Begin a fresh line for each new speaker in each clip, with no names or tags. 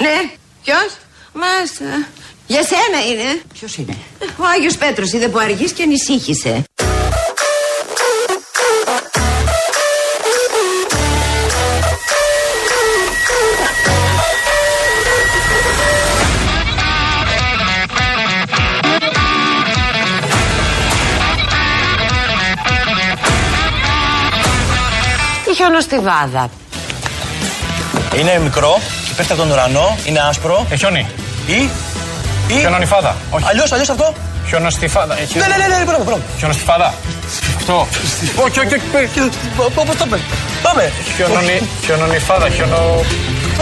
Άντε. Ποιο? Μάστα. ε, Για σένα είναι.
Ποιος είναι.
Ο Άγιος Πέτρος είδε που αργείς και ανησύχησε.
Η χιονοστιβάδα.
Είναι μικρό και πέφτει από τον ουρανό, είναι άσπρο.
Ε, χιόνι.
Ή. ή...
Χιονονιφάδα. Όχι.
Αλλιώς, αλλιώς αυτό.
Χιονοστιφάδα. Ε, χιονο-
Ναι, ναι, ναι, ναι, πρώτα, πρώτα.
Χιονοστιφάδα. Αυτό. Όχι, όχι, όχι.
Πώς το πες. Πάμε.
Χιονονι- Χιονονιφάδα. Χιονο.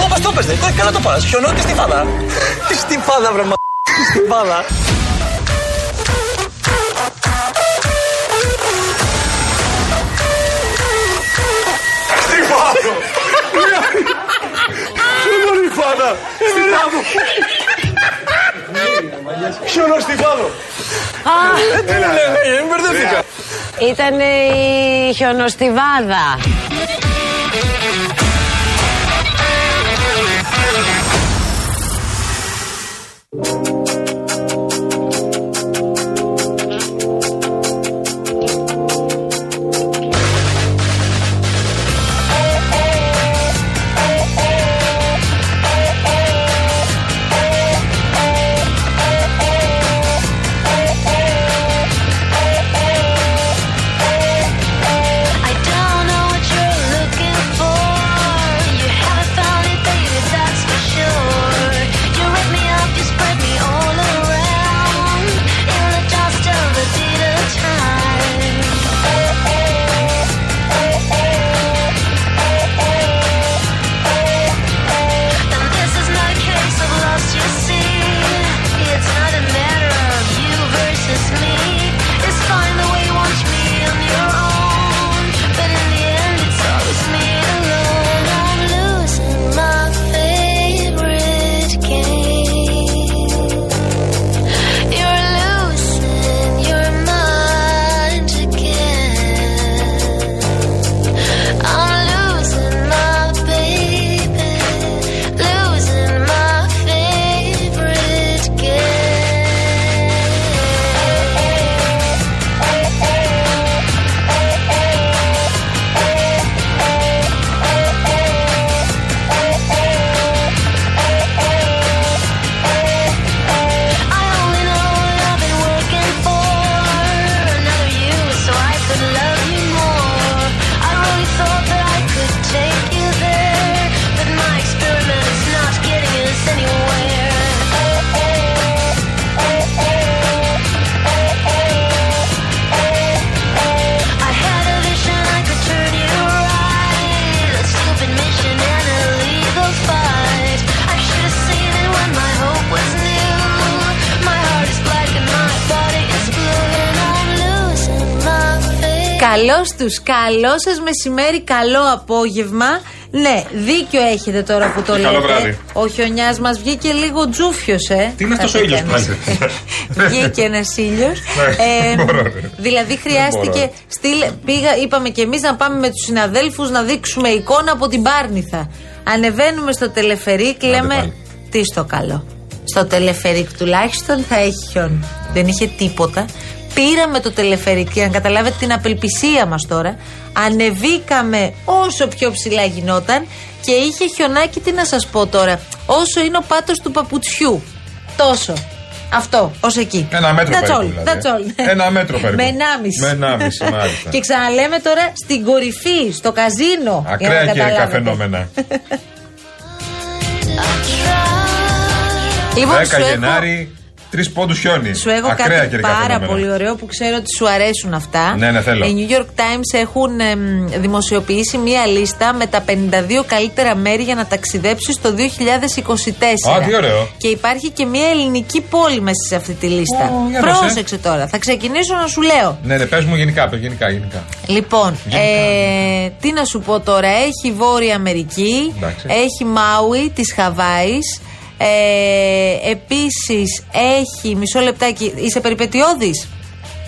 Όπω Ε, το πες, ρε. Κα- Καλά το πας. Χιονό και στιφάδα. Στιφάδα, βρε μα. Στιφάδα.
Ήταν η χιονοστιβάδα.
I don't know what you're looking for. You haven't found it, baby, that's for sure. You rip me up, you spread me all around. In the dust of a little time. And this is not a case of lost, you see. It's not a matter of you versus me. It's fine the way you want me on your own. But in the end, it's always me alone. I'm losing my favorite game. You're losing your mind again. I'm losing my baby, losing my favorite game. I only know what I've been working for another you, so I could love you more. I really thought that I could take you there, but my experiment's not getting us anywhere. I had a vision I could turn you right, a stupid mission and a legal fight. I should have seen it when my hope was new. My heart is black and my body is blue, and I'm losing my faith.
Καλό του, καλό σας μεσημέρι, καλό απόγευμα. Ναι, δίκιο έχετε τώρα που το λέτε.
καλό βράδυ.
Ο χιονιά μας βγήκε λίγο τζούφιος, ε.
Τι είναι αυτός
θα
ο ήλιος
πείτε
που
μας.
λέτε.
Βγήκε ένας ήλιος.
Ναι, μπορώ, ρε.
δηλαδή χρειάστηκε.
μπορώ.
Στυλ, πήγα, είπαμε κι εμείς να πάμε με τους συναδέλφους να δείξουμε εικόνα από την Πάρνηθα. Ανεβαίνουμε στο τελεφερίκ, λέμε.
πάλι.
Τι στο καλό. Στο τελεφερίκ τουλάχιστον θα έχει χιόνι. Δεν είχε τίποτα. Πήραμε το τελεφερίκ για να καταλάβετε την απελπισία μας τώρα. Ανεβήκαμε όσο πιο ψηλά γινόταν και είχε χιονάκι, τι να σας πω τώρα, όσο είναι ο πάτος του παπουτσιού. Τόσο. Αυτό, ως εκεί.
Ένα μέτρο
That's
περίπου,
all,
δηλαδή,
that's
ε.
all.
Ένα μέτρο περίπου.
Με ενάμιση.
Με ενάμιση, μάλιστα.
και ξαναλέμε τώρα στην κορυφή, στο καζίνο. για να
Ακραία καιρικά
καταλάβετε. Λοιπόν,
φαινόμενα.
I tried.
Λοιπόν,
10
σου έχω-
Γενάρη, τρεις πόντους χιόνι.
Σου έχω
Ακραία
κάτι
καιρικά
πάρα
φαινόμενα.
πολύ ωραίο που ξέρω ότι σου αρέσουν αυτά.
Ναι, ναι, θέλω.
Οι New York Times έχουν εμ, δημοσιοποιήσει μία λίστα με τα 52 καλύτερα μέρη για να ταξιδέψεις το 2024.
Α, τι ωραίο.
Και υπάρχει και μία ελληνική πόλη μέσα σε αυτή τη λίστα.
Ω, για δώσε.
Πρόσεξε τώρα, θα ξεκινήσω να σου λέω.
Ναι, ναι, πες μου γενικά, πες, γενικά, γενικά.
Λοιπόν,
Γενικά,
ε, τι να σου πω τώρα. Έχει Βόρεια Αμερική,
Εντάξει.
έχει Μάουι της Χαβάης. Ε, Επίσης έχει. Μισό λεπτάκι, είσαι περιπετειώδης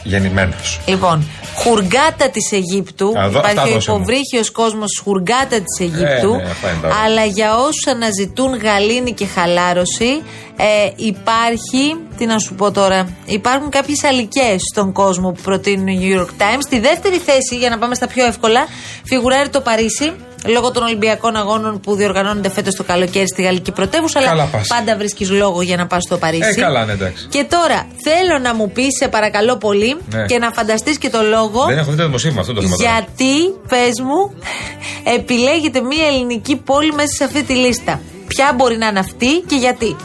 Γεννημένος.
Λοιπόν, χουργάτα της Αιγύπτου.
Α, εδώ- αυτά
Υπάρχει ο
δώσαμε.
υποβρύχιος κόσμος χουργάτα της Αιγύπτου.
ναι, αυτά είναι τα ωραία.
αλλά για όσου αναζητούν γαλήνη και χαλάρωση, ε, υπάρχει. Τι να σου πω τώρα. Υπάρχουν κάποιες αλικές στον κόσμο που προτείνουν οι New York Times. Στη δεύτερη θέση, για να πάμε στα πιο εύκολα, φιγουράρει το Παρίσι. Λόγω των Ολυμπιακών Αγώνων που διοργανώνονται φέτος το καλοκαίρι στη Γαλλική Πρωτεύουσα.
Καλά
Αλλά
πας.
πάντα βρίσκεις λόγο για να πας στο Παρίσι.
Ε, καλά, ναι, εντάξει.
Και τώρα θέλω να μου πεις, σε παρακαλώ πολύ,
Ναι.
και να φανταστείς και το λόγο.
Δεν έχω δει το δημοσίευμα αυτό το θέμα. τώρα.
Γιατί, πες μου, επιλέγεται μία ελληνική πόλη μέσα σε αυτή τη λίστα. Ποια μπορεί να είναι αυτή και γιατί.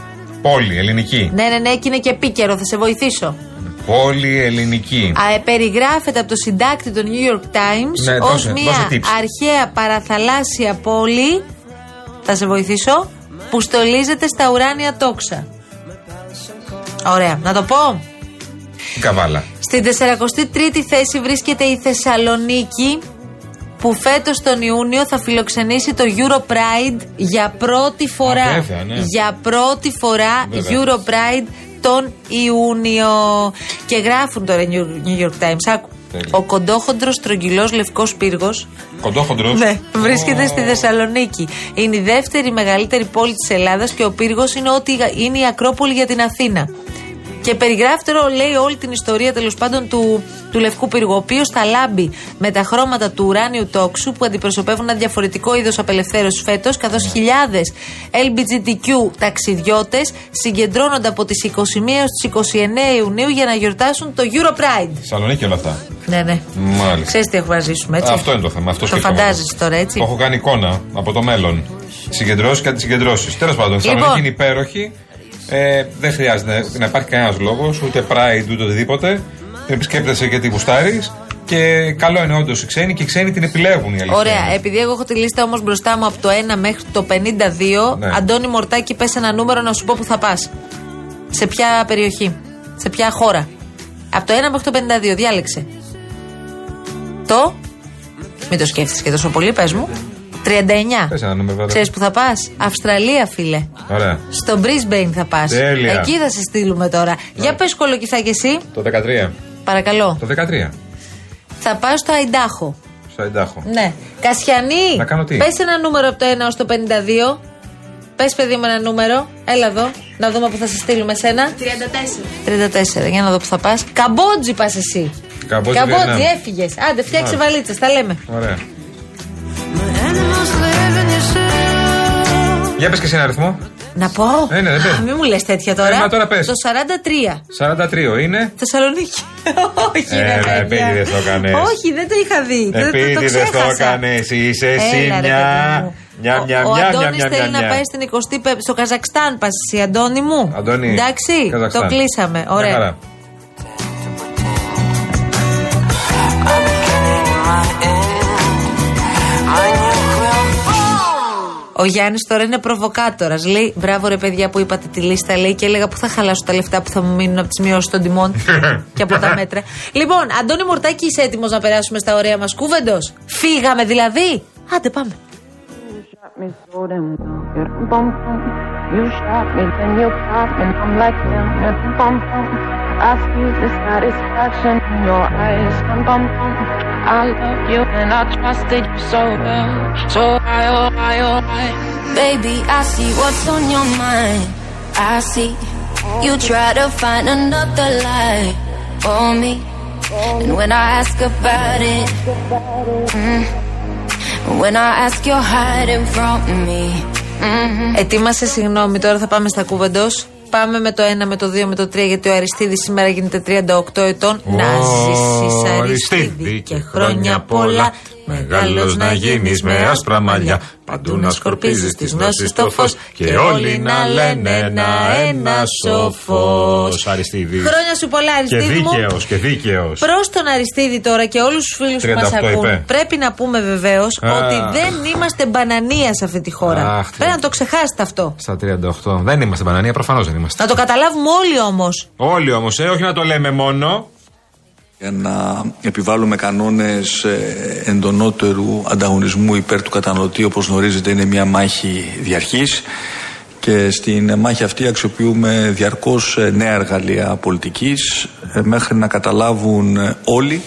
Πόλη ελληνική.
Ναι, ναι, ναι, και είναι και επίκαιρο, θα σε βοηθήσω.
Πόλη ελληνική.
Α, ε, περιγράφεται από το συντάκτη των New York Times
Ναι,
ως
δώσε-
μία
δώσε tips.
αρχαία παραθαλάσσια πόλη. Θα σε βοηθήσω. Που στολίζεται στα ουράνια τόξα. Ωραία, να το πω.
Η Καβάλα.
Στην 43η θέση βρίσκεται η Θεσσαλονίκη που φέτος τον Ιούνιο θα φιλοξενήσει το Euro Pride για πρώτη φορά.
Α, βέβαια, ναι.
Για πρώτη φορά
Βέβαια.
Euro Pride τον Ιούνιο. Και γράφουν τώρα οι New- New York Times. Άκου.
Τέλεια.
Ο κοντόχοντρος τρογγυλός λευκός πύργος
Κοντόχοντρος.
ναι, βρίσκεται στη Θεσσαλονίκη. Είναι η δεύτερη μεγαλύτερη πόλη της Ελλάδας και ο πύργος είναι, ότι είναι η Ακρόπολη για την Αθήνα. Και περιγράφει τώρα, λέει, όλη την ιστορία τέλος πάντων του, του Λευκού Πύργου, ο οποίος θα λάμπει με τα χρώματα του ουράνιου τόξου που αντιπροσωπεύουν ένα διαφορετικό είδος απελευθέρωσης φέτος, καθώς χιλιάδες LBGTQ ταξιδιώτες συγκεντρώνονται από τις 21 έως τις 29 Ιουνίου για να γιορτάσουν το Euro Pride.
Θεσσαλονίκη όλα αυτά.
Ναι, ναι.
Μάλιστα.
Ξέρεις τι έχουμε να ζήσουμε, έτσι.
Αυτό είναι το θέμα. Αυτό
το
σκέφτομαι.
φαντάζεσαι τώρα, έτσι.
Το έχω κάνει εικόνα από το μέλλον. Συγκεντρώσεις και αντισυγκεντρώσεις. Τέλος πάντων, η
Λοιπόν.
Θεσσαλονίκη είναι υπέροχη. Ε, δεν χρειάζεται να υπάρχει κανένας λόγος, ούτε pride ούτε οτιδήποτε. Επισκέπτεσαι γιατί γουστάρει. Και καλό είναι όντως οι ξένοι και οι ξένοι την επιλέγουν η αλήθεια.
Ωραία.
είναι.
Επειδή εγώ έχω τη λίστα όμως μπροστά μου από το 1 μέχρι το 52,
Ναι.
Αντώνη Μορτάκη, πες ένα νούμερο να σου πω που θα πας. Σε ποια περιοχή, σε ποια χώρα. Από το 1 μέχρι το 52, διάλεξε. Το. Μην το σκέφτεσαι και τόσο πολύ, πες μου. 39.
Πες ένα νούμερο, βέβαια.
Ξέρεις που θα πας. Αυστραλία, φίλε.
Ωραία.
Στο Brisbane θα πας.
Τέλεια.
Εκεί θα σε στείλουμε τώρα. Για πες κολοκυθά και εσύ,
Το 13.
παρακαλώ.
Το 13.
Θα πα στο Αϊντάχο.
Στο Ιντάχο.
Ναι. Κασιανή,
Να κάνω τι?
πες ένα νούμερο από το 1 ως το 52. Πες παιδί μου ένα νούμερο. Έλα εδώ, να δούμε που θα σε στείλουμε σένα. 34. 34, για να δω που θα πας. Καμπότζη πας εσύ.
Καμπότζη,
Καμπότζη
Βιετνάμ.
έφυγες. Άντε, φτιάξε βαλίτσες, τα λέμε.
Ωραία. Για πες και σε ένα αριθμό.
Να πω.
Ε, ναι, δεν πες.
Α, Μην μου λες τέτοια τώρα.
Ε, μα τώρα πες.
Το 43.
43 είναι.
Θεσσαλονίκη. Όχι,
Ε,
ρε,
ρε,
παιδιά.
επίτηδες το έκανες.
Όχι, δεν το είχα δει. Δεν- το, το
Επίτηδες το
ξέχασα.
έκανες, είσαι εσύ
Έλα, ρε,
μια.
παιδί μου.
Μια,
Ο-
μια,
Ο
μια,
Αντώνης
μια, μια,
θέλει
μια,
να
μια.
πάει στην 25η στο Καζακστάν. Πας εσύ, Αντώνη μου.
Αντώνη,
Εντάξει,
Καζακστάν.
το κλείσαμε.
Μια
Ωραία.
χαρά.
Ο Γιάννης τώρα είναι προβοκάτορας. Λέει: Μπράβο, ρε παιδιά που είπατε τη λίστα. Λέει και έλεγα που θα χαλάσω τα λεφτά που θα μου μείνουν από τις μειώσεις των τιμών και από τα μέτρα. Λοιπόν, Αντώνη Μορτάκη, είσαι έτοιμος να περάσουμε στα ωραία μας κούβεντος. Φύγαμε δηλαδή. Άντε, πάμε.
You shot me so damn low. Boom, boom, boom. You shot me, then you popped me. I'm like, damn, yeah, boom, boom, boom. I see the satisfaction in your eyes. Boom, boom, boom. I love you and I trusted you so well. So I, oh, I, oh, I.
Baby, I see what's on your mind. I see you try to find another lie for me. And when I ask about it, mm, when I ask, you're hiding from me. hmm
Mm-hmm. Ετοίμασε, συγγνώμη, τώρα θα πάμε στα κούβεντο. Πάμε με το 1, με το 2, με το 3, γιατί ο Αριστίδης σήμερα γίνεται 38 ετών.
Ω,
να ζήσει,
Αριστίδη,
Αριστίδη, και χρόνια πολλά. Μεγάλος
Μεγάλος
να γίνει με άσπρα μαλλιά. Παντού να σκορπίζει τι γνώσει το φω. Και όλοι να λένε ένα-ένα σοφό.
σοφός. Αριστίδης.
Χρόνια σου πολλά,
Και
Αριστίδη. μου.
δίκαιος, και δίκαιος.
Προς τον Αριστίδη τώρα και όλους τους φίλους που μας
38
ακούν,
είπε.
πρέπει να πούμε βεβαίως
Αχ.
ότι δεν είμαστε μπανανία σε αυτή τη χώρα.
Αχ, τι-
πρέπει να το ξεχάσετε αυτό.
Στα 38. Δεν είμαστε μπανανία, προφανώς δεν είμαστε.
Να το καταλάβουμε όλοι όμως.
Όλοι όμως, ε, όχι να το λέμε μόνο.
για να επιβάλλουμε κανόνες ε, εντονότερου ανταγωνισμού υπέρ του καταναλωτή όπως γνωρίζετε είναι μια μάχη διαρχής και στην μάχη αυτή αξιοποιούμε διαρκώς ε, νέα εργαλεία πολιτικής ε, μέχρι να καταλάβουν ε, όλοι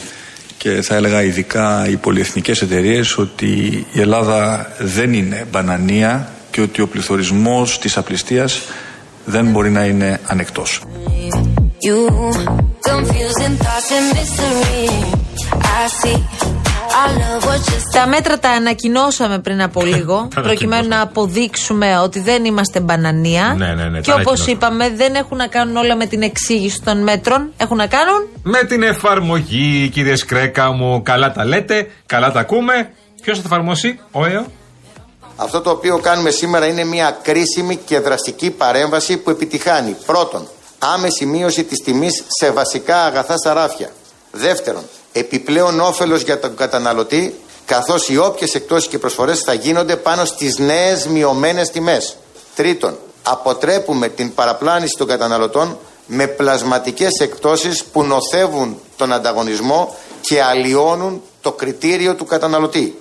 και και θα έλεγα ειδικά οι πολυεθνικές εταιρείες ότι η Ελλάδα δεν είναι μπανανία και ότι ο πληθωρισμός της απληστίας δεν μπορεί να είναι ανεκτός.
You confusing thoughts and mystery. I see. Our love was just
Τα μέτρα τα ανακοινώσαμε πριν από λίγο, προκειμένου να αποδείξουμε ότι δεν είμαστε μπανανία.
Ναι, ναι, ναι,
και όπως
τα ανακοινώσαμε.
είπαμε, δεν έχουν να κάνουν όλα με την εξήγηση των μέτρων. Έχουν να κάνουν.
Με την εφαρμογή, κύριε Σκρέκα μου, καλά τα λέτε, καλά τα ακούμε. Ποιος θα τα εφαρμόσει, ο ΕΟ.
Αυτό το οποίο κάνουμε σήμερα είναι μια κρίσιμη και δραστική παρέμβαση που επιτυχάνει πρώτον άμεση μείωση της τιμής σε βασικά αγαθά στα ράφια. Δεύτερον, επιπλέον όφελος για τον καταναλωτή καθώς οι όποιες εκτόσεις και προσφορές θα γίνονται πάνω στις νέες μειωμένες τιμές. Τρίτον, αποτρέπουμε την παραπλάνηση των καταναλωτών με πλασματικές εκτόσεις που νοθεύουν τον ανταγωνισμό και αλλοιώνουν το κριτήριο του καταναλωτή.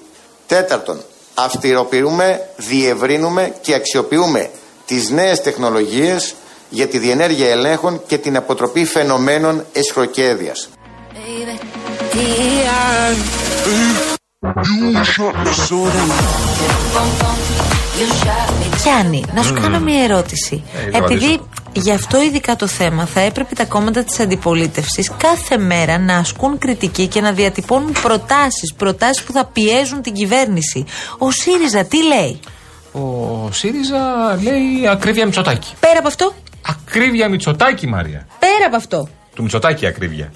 Τέταρτον, αυστηροποιούμε, διευρύνουμε και αξιοποιούμε τις νέες τεχνολογίες για τη διενέργεια ελέγχων και την αποτροπή φαινομένων εσχροκέδιας.
baby. DR. You shot me.
Γιάννη, να σου κάνω μια ερώτηση.
Ε, λίγο
Επειδή
αντίστοιχο.
γι' αυτό ειδικά το θέμα θα έπρεπε τα κόμματα της αντιπολίτευσης κάθε μέρα να ασκούν κριτική και να διατυπώνουν προτάσεις. Προτάσεις που θα πιέζουν την κυβέρνηση. Ο ΣΥΡΙΖΑ τι λέει.
Ο ΣΥΡΙΖΑ λέει ακρίβεια Μητσοτάκη.
Πέρα από αυτό,
Ακρίβεια Μητσοτάκη, Μαρία.
πέρα από αυτό.
Του Μητσοτάκη η ακρίβεια.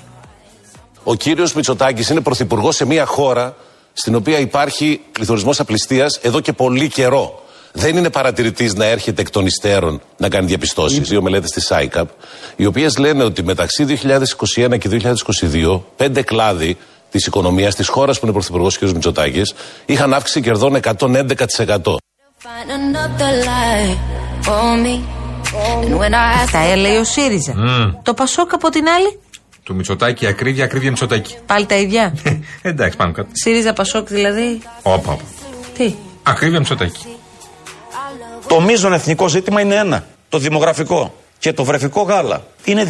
Ο κύριος Μητσοτάκης είναι πρωθυπουργός σε μια χώρα στην οποία υπάρχει πληθωρισμός απληστίας εδώ και πολύ καιρό. Δεν είναι παρατηρητής να έρχεται εκ των υστέρων να κάνει διαπιστώσεις. Δύο μελέτες της ICAP, οι οποίες λένε ότι μεταξύ 2021 και 2022, πέντε κλάδοι της οικονομίας της χώρας που είναι πρωθυπουργός ο κ. Μητσοτάκης είχαν αύξηση κερδών 111%.
Find another lie on me. And when I ask
Αυτά Ε, λέει ο ΣΥΡΙΖΑ. Το Πασόκ από την άλλη,
Του Μητσοτάκη η ακρίβεια, ακρίβεια Μητσοτάκη. Ε,
πάλι τα ίδια.
Εντάξει, πάμε κάτω.
ΣΥΡΙΖΑ Πασόκ δηλαδή.
Όπα, όπα.
Τι.
Ακρίβεια Μητσοτάκη.
Το μείζον εθνικό ζήτημα είναι ένα. Το δημογραφικό και το βρεφικό γάλα. Είναι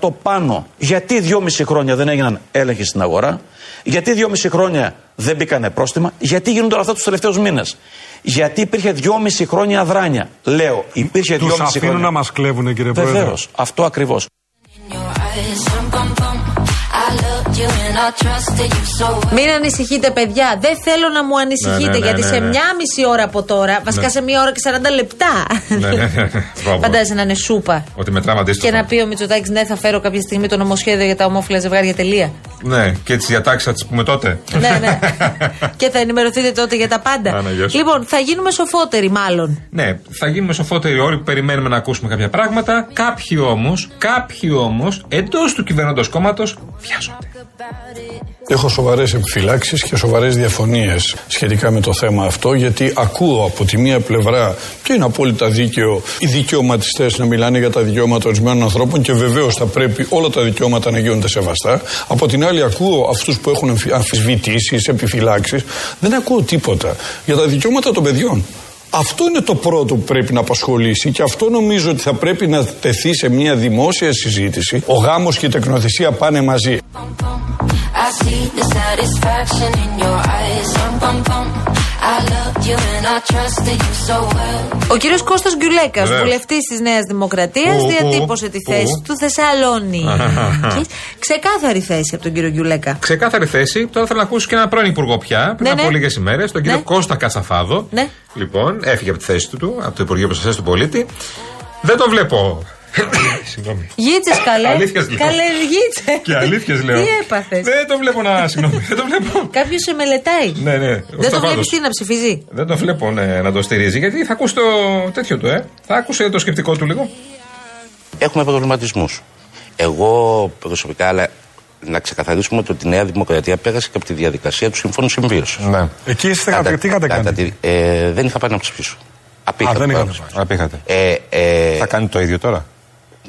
217% πάνω. Γιατί 2,5 χρόνια δεν έγιναν έλεγχοι στην αγορά. Γιατί 2,5 χρόνια δεν μπήκανε πρόστιμα. Γιατί γίνονται όλα αυτά τους τελευταίους μήνες. Γιατί υπήρχε 2,5 χρόνια αδράνεια. Λέω, υπήρχε 2,5
Τους
χρόνια.
αφήνουν να μας
κλέβουν, κύριε
Πρόεδρε.
Βεβαίως. Αυτό ακριβώς.
in your eyes, rum, bum, bum. I loved you and I trusted you so well.
Μην ανησυχείτε, παιδιά. Δεν θέλω να μου ανησυχείτε,
Ναι, ναι, ναι,
γιατί
ναι,
σε
ναι.
μια μισή ώρα από τώρα, βασικά σε μια ώρα και 40 λεπτά.
Ναι, ναι, ναι. Μπράβο.
Φαντάζεσαι να είναι σούπα.
Ότι μετράμε
Και
αντίστοιχα.
να πει ο Μητσοτάκης, ναι, θα φέρω κάποια στιγμή το νομοσχέδιο για τα ομόφυλα ζευγάρια. Τελεία.
Ναι, και τι διατάξει θα τις πούμε τότε.
ναι, ναι. και θα ενημερωθείτε τότε για τα πάντα.
Άνα, ναι, γεια σου.
λοιπόν, θα γίνουμε σοφότεροι, μάλλον.
Ναι, θα γίνουμε σοφότεροι όλοι που περιμένουμε να ακούσουμε κάποια πράγματα. Κάποιοι όμως, κάποιοι όμως, εντός του κυβερνώντος κόμματος, βιάζονται.
Έχω σοβαρές επιφυλάξεις και σοβαρές διαφωνίες σχετικά με το θέμα αυτό, γιατί ακούω από τη μία πλευρά και είναι απόλυτα δίκαιο οι δικαιωματιστές να μιλάνε για τα δικαιώματα ορισμένων ανθρώπων και βεβαίως θα πρέπει όλα τα δικαιώματα να γίνονται σεβαστά. Από την άλλη, ακούω αυτούς που έχουν αμφι- αμφισβητήσεις, επιφυλάξεις. Δεν ακούω τίποτα για τα δικαιώματα των παιδιών. Αυτό είναι το πρώτο που πρέπει να απασχολήσει και αυτό νομίζω ότι θα πρέπει να τεθεί σε μια δημόσια συζήτηση. Ο γάμος και η τεκνοθεσία πάνε μαζί.
Bum, bum. I see the satisfaction in your eyes, rum, bum, bum. I loved you and I trusted you so well.
Ο κύριος Κώστας Γκιουλέκας,
Βεβαίως.
βουλευτής της Νέας Δημοκρατίας,
Πού,
διατύπωσε
πού,
τη
πού?
θέση του Θεσσαλονίκη. Ξεκάθαρη θέση από τον κύριο Γκιουλέκα.
Ξεκάθαρη θέση. Τώρα θέλω να ακούσω και έναν πρώην υπουργό πια, πριν
Ναι,
από
ναι.
λίγες ημέρες, τον κύριο
Ναι.
Κώστα Κατσαφάδο.
Ναι.
Λοιπόν, έφυγε από τη θέση του, του, από το Υπουργείο Προστασίας του Πολίτη. Δεν τον βλέπω. Συγγνώμη.
Γίτσε καλέ.
Αλήθειες λέω.
Καλέ, γίτσε.
Και αλήθειες λέω. Ναι.
Τι έπαθες.
Δεν τον βλέπω να. Συγγνώμη, δεν τον βλέπω.
Κάποιος σε μελετάει.
Ναι, ναι. ο
Δεν το
Σταφάδος.
βλέπει τι να ψηφίζει.
Δεν τον βλέπω ναι, να το στηρίζει, γιατί θα ακούσει το τέτοιο του, ε. Θα άκουσε το σκεπτικό του λίγο.
έχουμε προβληματισμούς. Εγώ προσωπικά, αλλά να ξεκαθαρίσουμε ότι η Νέα Δημοκρατία πέρασε και από τη διαδικασία του Συμφώνου Συμβίωσης.
Ναι.
Εκεί είστε κατά, τι είχατε κάνει. ε, δεν είχα πάει να ψηφίσω. Απήχατε.
δεν
πάνω.
είχατε πάει. Απήχατε.
Ε, ε,
κάνει το ίδιο τώρα.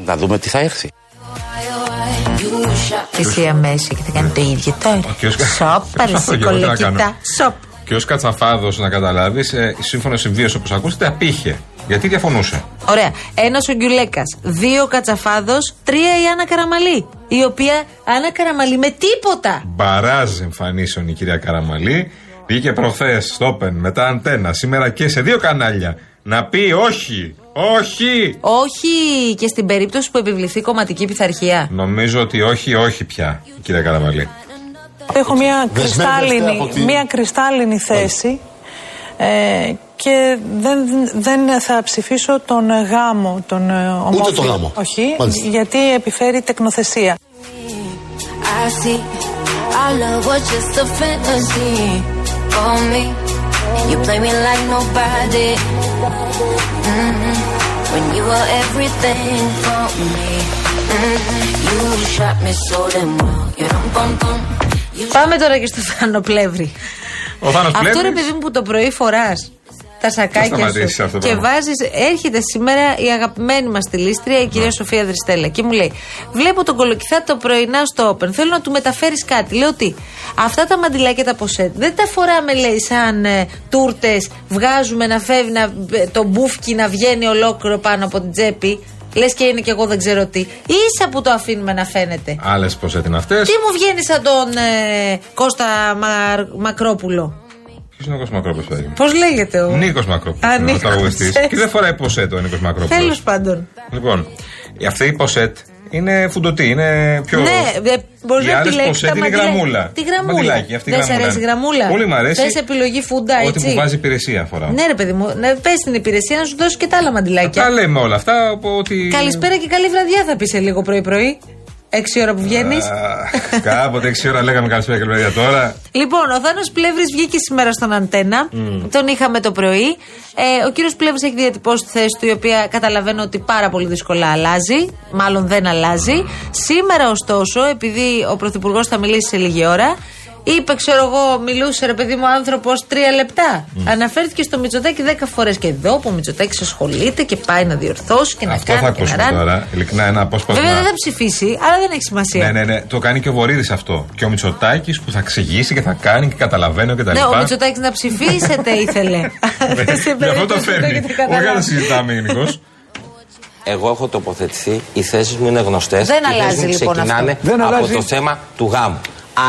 να δούμε τι θα έρθει.
Why, oh, why, you shot
Εσύ αμέσως και θα κάνει το ίδιο τώρα.
Ναι. Ο κύριος-
Σόπα, ρε
Σωστό, Γιώργο, τι να
σικολεκιτά.
κάνω.
Σοπ.
Και ως Κατσαφάδος, να καταλάβεις, ε, σύμφωνα συμβίωση όπω ακούσατε, απήχε. Γιατί διαφωνούσε.
Ωραία. Ένας ο Γκιουλέκα. Δύο ο Κατσαφάδος. Τρία η Άννα Καραμαλή. η οποία Άννα Καραμαλή με τίποτα.
Μπαράζ εμφανίσεων η κυρία Καραμαλή. Βγήκε προχθές στο Open, μετά αντένα, σήμερα και σε δύο κανάλια. Να πει όχι, όχι!
Όχι και στην περίπτωση που επιβληθεί κομματική πειθαρχία.
Νομίζω ότι όχι, όχι πια, η κυρία Καραμαλή.
Έχω μια
Δεσμεύεστε
κρυστάλλινη,
από τη-
μια κρυστάλλινη θέση ε, και δεν, δεν θα ψηφίσω τον γάμο των ε, ομόφυλων.
τον γάμο.
Όχι,
Μάλιστα.
γιατί επιφέρει τεκνοθεσία.
I see our love was just a fantasy for me. You play me like nobody. Mhm. When you were everything for me, Mhm. you shot me so damn well. You dum bum bum.
Πάμε τώρα και στο Θάνο Πλεύρη.
Ο Θάνος
Αυτό ρε
Πλεύρης.
παιδί μου που το πρωί φοράς τα σακάκια
σταματήσεις
σου
αυτό το
και
πράγμα.
βάζεις. Έρχεται σήμερα η αγαπημένη μας τη λίστρια, η
Ναι.
κυρία Σοφία Δριστέλα, και μου λέει: Βλέπω τον κολοκυθά το πρωινά στο Open. Θέλω να του μεταφέρεις κάτι. Λέω ότι αυτά τα μαντιλάκια τα ποσέτ δεν τα φοράμε, λέει, σαν ε, τούρτες. Βγάζουμε να φεύγει να, ε, το μπουφκι να βγαίνει ολόκληρο πάνω από την τσέπη. Λες και είναι και εγώ δεν ξέρω τι. ίσα που το αφήνουμε να φαίνεται.
Άλλες πώ έτεινε αυτές.
Τι μου βγαίνει σαν τον ε, Κώστα Μα- Μακρόπουλο.
Ποιος είναι ο Νίκο Μακρόπουλο,
Πώς λέγεται ο.
Νίκος Μακρόπουλος.
Α,
Ο
Νίκος,
τραγουδιστής.
ξέρεις.
Και δεν φοράει ποσέτο ο Νίκος Μακρόπουλος.
Τέλος πάντων.
Λοιπόν, η- αυτή η ποσέτ είναι φουντοτή, είναι πιο.
Ναι, ε, μπορεί
Οι
να
άλλες
επιλέξει
ποσέτ
τα
είναι
μαντιλάκια.
γραμμούλα.
Τι γραμμούλα.
Μαντιλάκι, αυτή η
Δεν σε
γραμμούλα
αρέσει η
είναι.
γραμμούλα.
Πολύ μ' αρέσει.
Θε επιλογή φούντα,
Ό,τι
έτσι.
μου βάζει υπηρεσία φορά.
Ναι, ρε παιδί μου, ναι, πες στην υπηρεσία να σου δώσει και τα άλλα μαντιλάκια.
Τα λέμε όλα αυτά. από Ότι...
Καλησπέρα και καλή βραδιά θα πει σε λίγο πρωί-πρωί. Έξι ώρα που βγαίνει.
Α, Κάποτε 6 ώρα λέγαμε καλησπέρα και παιδιά τώρα.
Λοιπόν, ο Θάνος Πλεύρης βγήκε σήμερα στον Αντένα.
Μμμ.
Τον είχαμε το πρωί. Ε, ο κύριος Πλεύρης έχει διατυπώσει τη θέση του, η οποία καταλαβαίνω ότι πάρα πολύ δύσκολα αλλάζει. Μάλλον δεν αλλάζει. Σήμερα, ωστόσο, επειδή ο Πρωθυπουργός θα μιλήσει σε λίγη ώρα, είπε, ξέρω εγώ, μιλούσε ρε παιδί μου άνθρωπος τρία λεπτά. Αναφέρθηκε στο Μητσοτάκι δέκα φορές και εδώ που ο Μητσοτάκι ασχολείται και πάει να διορθώσει και
Αυτό
να κάνει
θα
και να
ακούσουμε
ράνει.
τώρα. Ειλικρινά ένα απόσπασμα.
Βέβαια δεν θα ψηφίσει, αλλά δεν έχει σημασία.
Ναι, ναι, ναι. Το κάνει και ο Βορύδης αυτό. Και ο Μητσοτάκης που θα εξηγήσει και θα κάνει και καταλαβαίνω και τα
Ναι, ο
λοιπά.
Μητσοτάκης να ψηφίσετε ήθελε.
Γι' αυτό το φέρνει. Όχι να συζητάμε γενικώς.
Εγώ έχω τοποθετηθεί, οι θέσεις μου είναι γνωστές.
Δεν αλλάζει, λοιπόν,
ξεκινάνε
αυτό. Δεν
από
αλλάζει.
το θέμα του γάμου.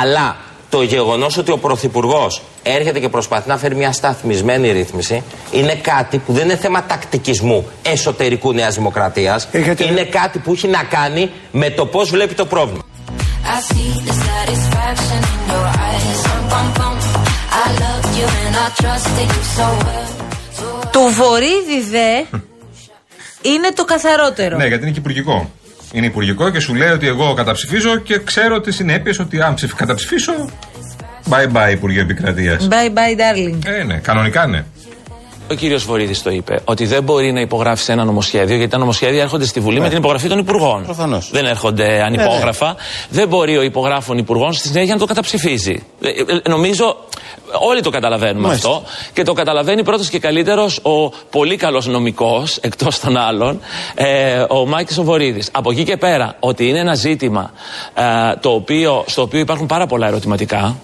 Αλλά το γεγονός ότι ο Πρωθυπουργός έρχεται και προσπαθεί να φέρει μια σταθμισμένη ρύθμιση είναι κάτι που δεν είναι θέμα τακτικισμού εσωτερικού Νέας Δημοκρατίας. Είναι κάτι που έχει να κάνει με το πώς βλέπει το πρόβλημα.
I see the satisfaction in your eyes. Dum bum bum. I loved you and I trusted you so well.
Του Βορύδη δε είναι το καθαρότερο.
Ναι, γιατί είναι και υπουργικό. Είναι υπουργικό και σου λέει ότι εγώ καταψηφίζω και ξέρω τις συνέπειες ότι αν ψηφι- καταψηφίσω. Bye bye, Υπουργείο Επικρατείας.
Bye bye darling.
Ε, ναι, κανονικά ναι.
Ο κύριος Βορύδης το είπε ότι δεν μπορεί να υπογράφει ένα νομοσχέδιο γιατί τα νομοσχέδια έρχονται στη Βουλή με την υπογραφή των Υπουργών. Προφανώς. Δεν έρχονται ανυπόγραφα. Δεν μπορεί ο υπογράφων Υπουργών στη συνέχεια να το καταψηφίζει. Ε, ε, νομίζω όλοι το καταλαβαίνουμε
Μάλιστα.
αυτό και το καταλαβαίνει πρώτος και καλύτερος ο πολύ καλός νομικός εκτός των άλλων, ε, ο Μάκη Βορύδη. Από εκεί και πέρα ότι είναι ένα ζήτημα ε, το οποίο, στο οποίο υπάρχουν πάρα πολλά ερωτηματικά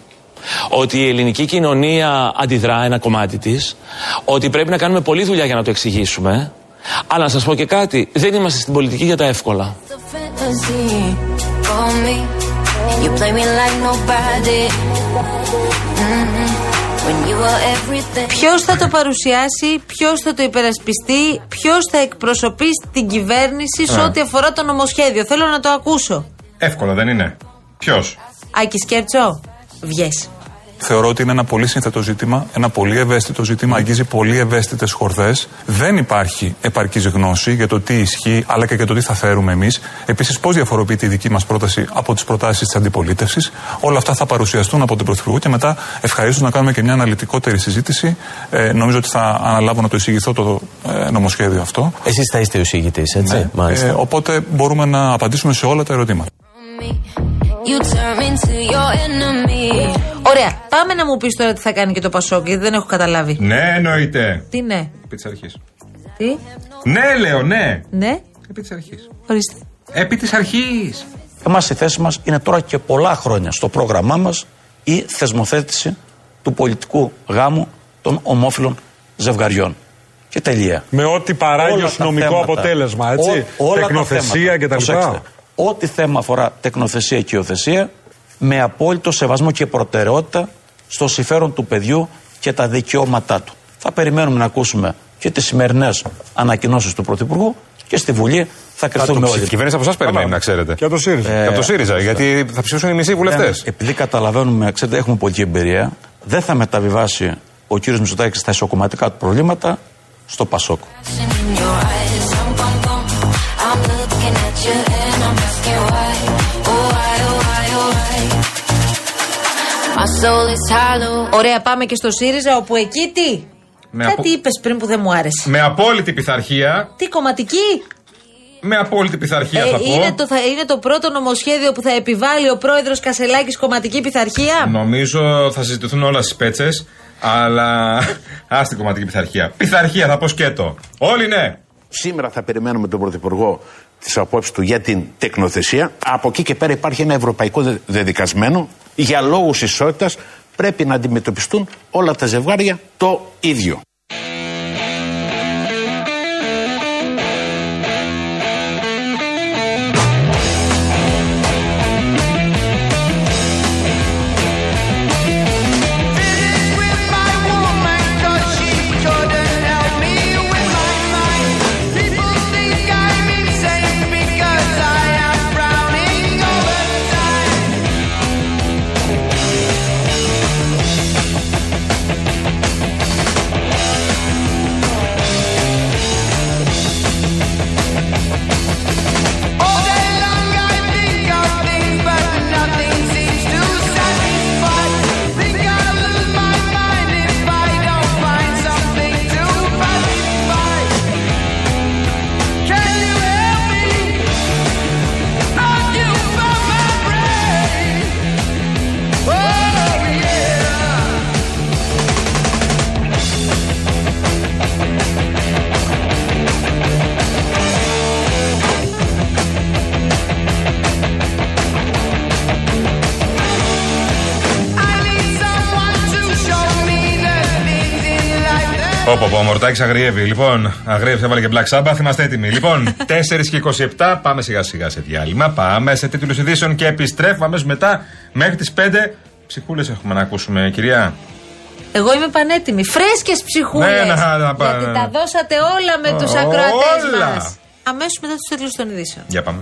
ότι η ελληνική κοινωνία αντιδρά ένα κομμάτι της, ότι πρέπει να κάνουμε πολλή δουλειά για να το εξηγήσουμε. Αλλά να σας πω και κάτι, δεν είμαστε στην πολιτική για τα εύκολα.
fantasy for me. You play me like nobody. Mhm. When you were everything.
Ποιος θα το
Ναι.
παρουσιάσει, ποιος θα το υπερασπιστεί, ποιος θα εκπροσωπήσει την κυβέρνηση σε
Ε.
ό,τι αφορά το νομοσχέδιο. Θέλω να το ακούσω.
Εύκολο δεν είναι. Ποιος.
Άκη Σκέρτσο, βγες.
Θεωρώ ότι είναι ένα πολύ σύνθετο ζήτημα, ένα πολύ ευαίσθητο ζήτημα, αγγίζει πολύ ευαίσθητες χορδές. Δεν υπάρχει επαρκής γνώση για το τι ισχύει, αλλά και για το τι θα φέρουμε εμείς. Επίσης, πώς διαφοροποιείται η δική μας πρόταση από τις προτάσεις της αντιπολίτευσης. Όλα αυτά θα παρουσιαστούν από τον Πρωθυπουργό και μετά ευχαρίστως να κάνουμε και μια αναλυτικότερη συζήτηση. Ε, νομίζω ότι θα αναλάβω να το εισηγηθώ το ε, νομοσχέδιο αυτό.
Εσείς θα είστε ο εισηγητής, έτσι.
Ναι.
Μάλιστα.
Ε, οπότε μπορούμε να απαντήσουμε σε όλα τα ερωτήματα.
You turn into your enemy.
Ωραία, πάμε να μου πεις τώρα τι θα κάνει και το Πασόκ, γιατί δεν έχω καταλάβει.
Ναι, εννοείται.
Τι ναι,
Επί της αρχής.
τι,
Ναι, λέω, ναι.
ναι.
Επί της αρχής.
Ορίστε.
Επί της αρχής.
Εμάς η θέση μας είναι τώρα και πολλά χρόνια στο πρόγραμμά μας η θεσμοθέτηση του πολιτικού γάμου των ομόφυλων ζευγαριών. Και τελεία.
Με ό,τι παράγει
Όλα
ω
τα
νομικό
θέματα.
αποτέλεσμα, έτσι.
Ό- όλα τα
Τεχνοθεσία
θέματα.
κτλ.
Προσέξτε. ό,τι θέμα αφορά τεκνοθεσία και υιοθεσία με απόλυτο σεβασμό και προτεραιότητα στο συμφέρον του παιδιού και τα δικαιώματά του. Θα περιμένουμε να ακούσουμε και τις σημερινές ανακοινώσεις του Πρωθυπουργού και στη Βουλή θα κρυφτούμε όλοι.
Η κυβέρνηση από εσάς περιμένει, να ξέρετε. Και από το ΣΥΡΙΖΑ. Ε, και από το ΣΥΡΙΖΑ, γιατί θα ψηφίσουν οι μισοί βουλευτέ.
Ναι, επειδή καταλαβαίνουμε, ξέρετε, έχουμε πολλή εμπειρία, δεν θα μεταβιβάσει ο κ. Μητσοτάκη τα ισοκομματικά του προβλήματα στο Πασόκ.
in your eyes. Um, bum, bum. I'm looking at you and I'm asking why. Oh, why, oh, why, oh, why. My soul is hollow.
Ωραία, πάμε και στο ΣΥΡΙΖΑ, όπου εκεί τι.
Με
Κάτι
απο-
είπες πριν που δεν μου άρεσε.
Με απόλυτη πειθαρχία.
Τι κομματική!
Με απόλυτη πειθαρχία θα πω.
Ε, είναι, το, θα, είναι το πρώτο νομοσχέδιο που θα επιβάλλει ο πρόεδρος Κασελάκης κομματική πειθαρχία.
Ναι. Νομίζω θα συζητηθούν όλα στις πέτσες. Αλλά ας την κομματική πειθαρχία. Πειθαρχία θα πω σκέτο. Όλοι ναι.
Σήμερα θα περιμένουμε τον Πρωθυπουργό τη απόψη του για την τεκνοθεσία. Από εκεί και πέρα υπάρχει ένα ευρωπαϊκό δε- δεδικασμένο. Για λόγους ισότητας πρέπει να αντιμετωπιστούν όλα τα ζευγάρια το ίδιο.
Πω, πω, πω, ο Μορτάκης αγριεύει. Λοιπόν, αγριεύει, έβαλε και Black Sabbath, είμαστε έτοιμοι. Λοιπόν, 4 και 27, πάμε σιγά σιγά σε διάλειμμα. Πάμε σε τίτλους ειδήσεων και επιστρέφουμε αμέσως μετά μέχρι τις 5. Ψυχούλες έχουμε να ακούσουμε, κυρία.
Εγώ είμαι πανέτοιμη. Φρέσκες ψυχούλες.
Ναι, να- να- να-
γιατί
να-
τα δώσατε όλα με τους
Όλα.
ακροατές μας. Αμέσως μετά του τίτλους των ειδήσεων.
Για πάμε.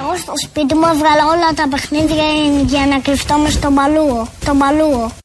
Εγώ στο σπίτι μου έβγαλα όλα τα παιχνίδια για να κρυφτώ με στον παλούο. Τον παλούο.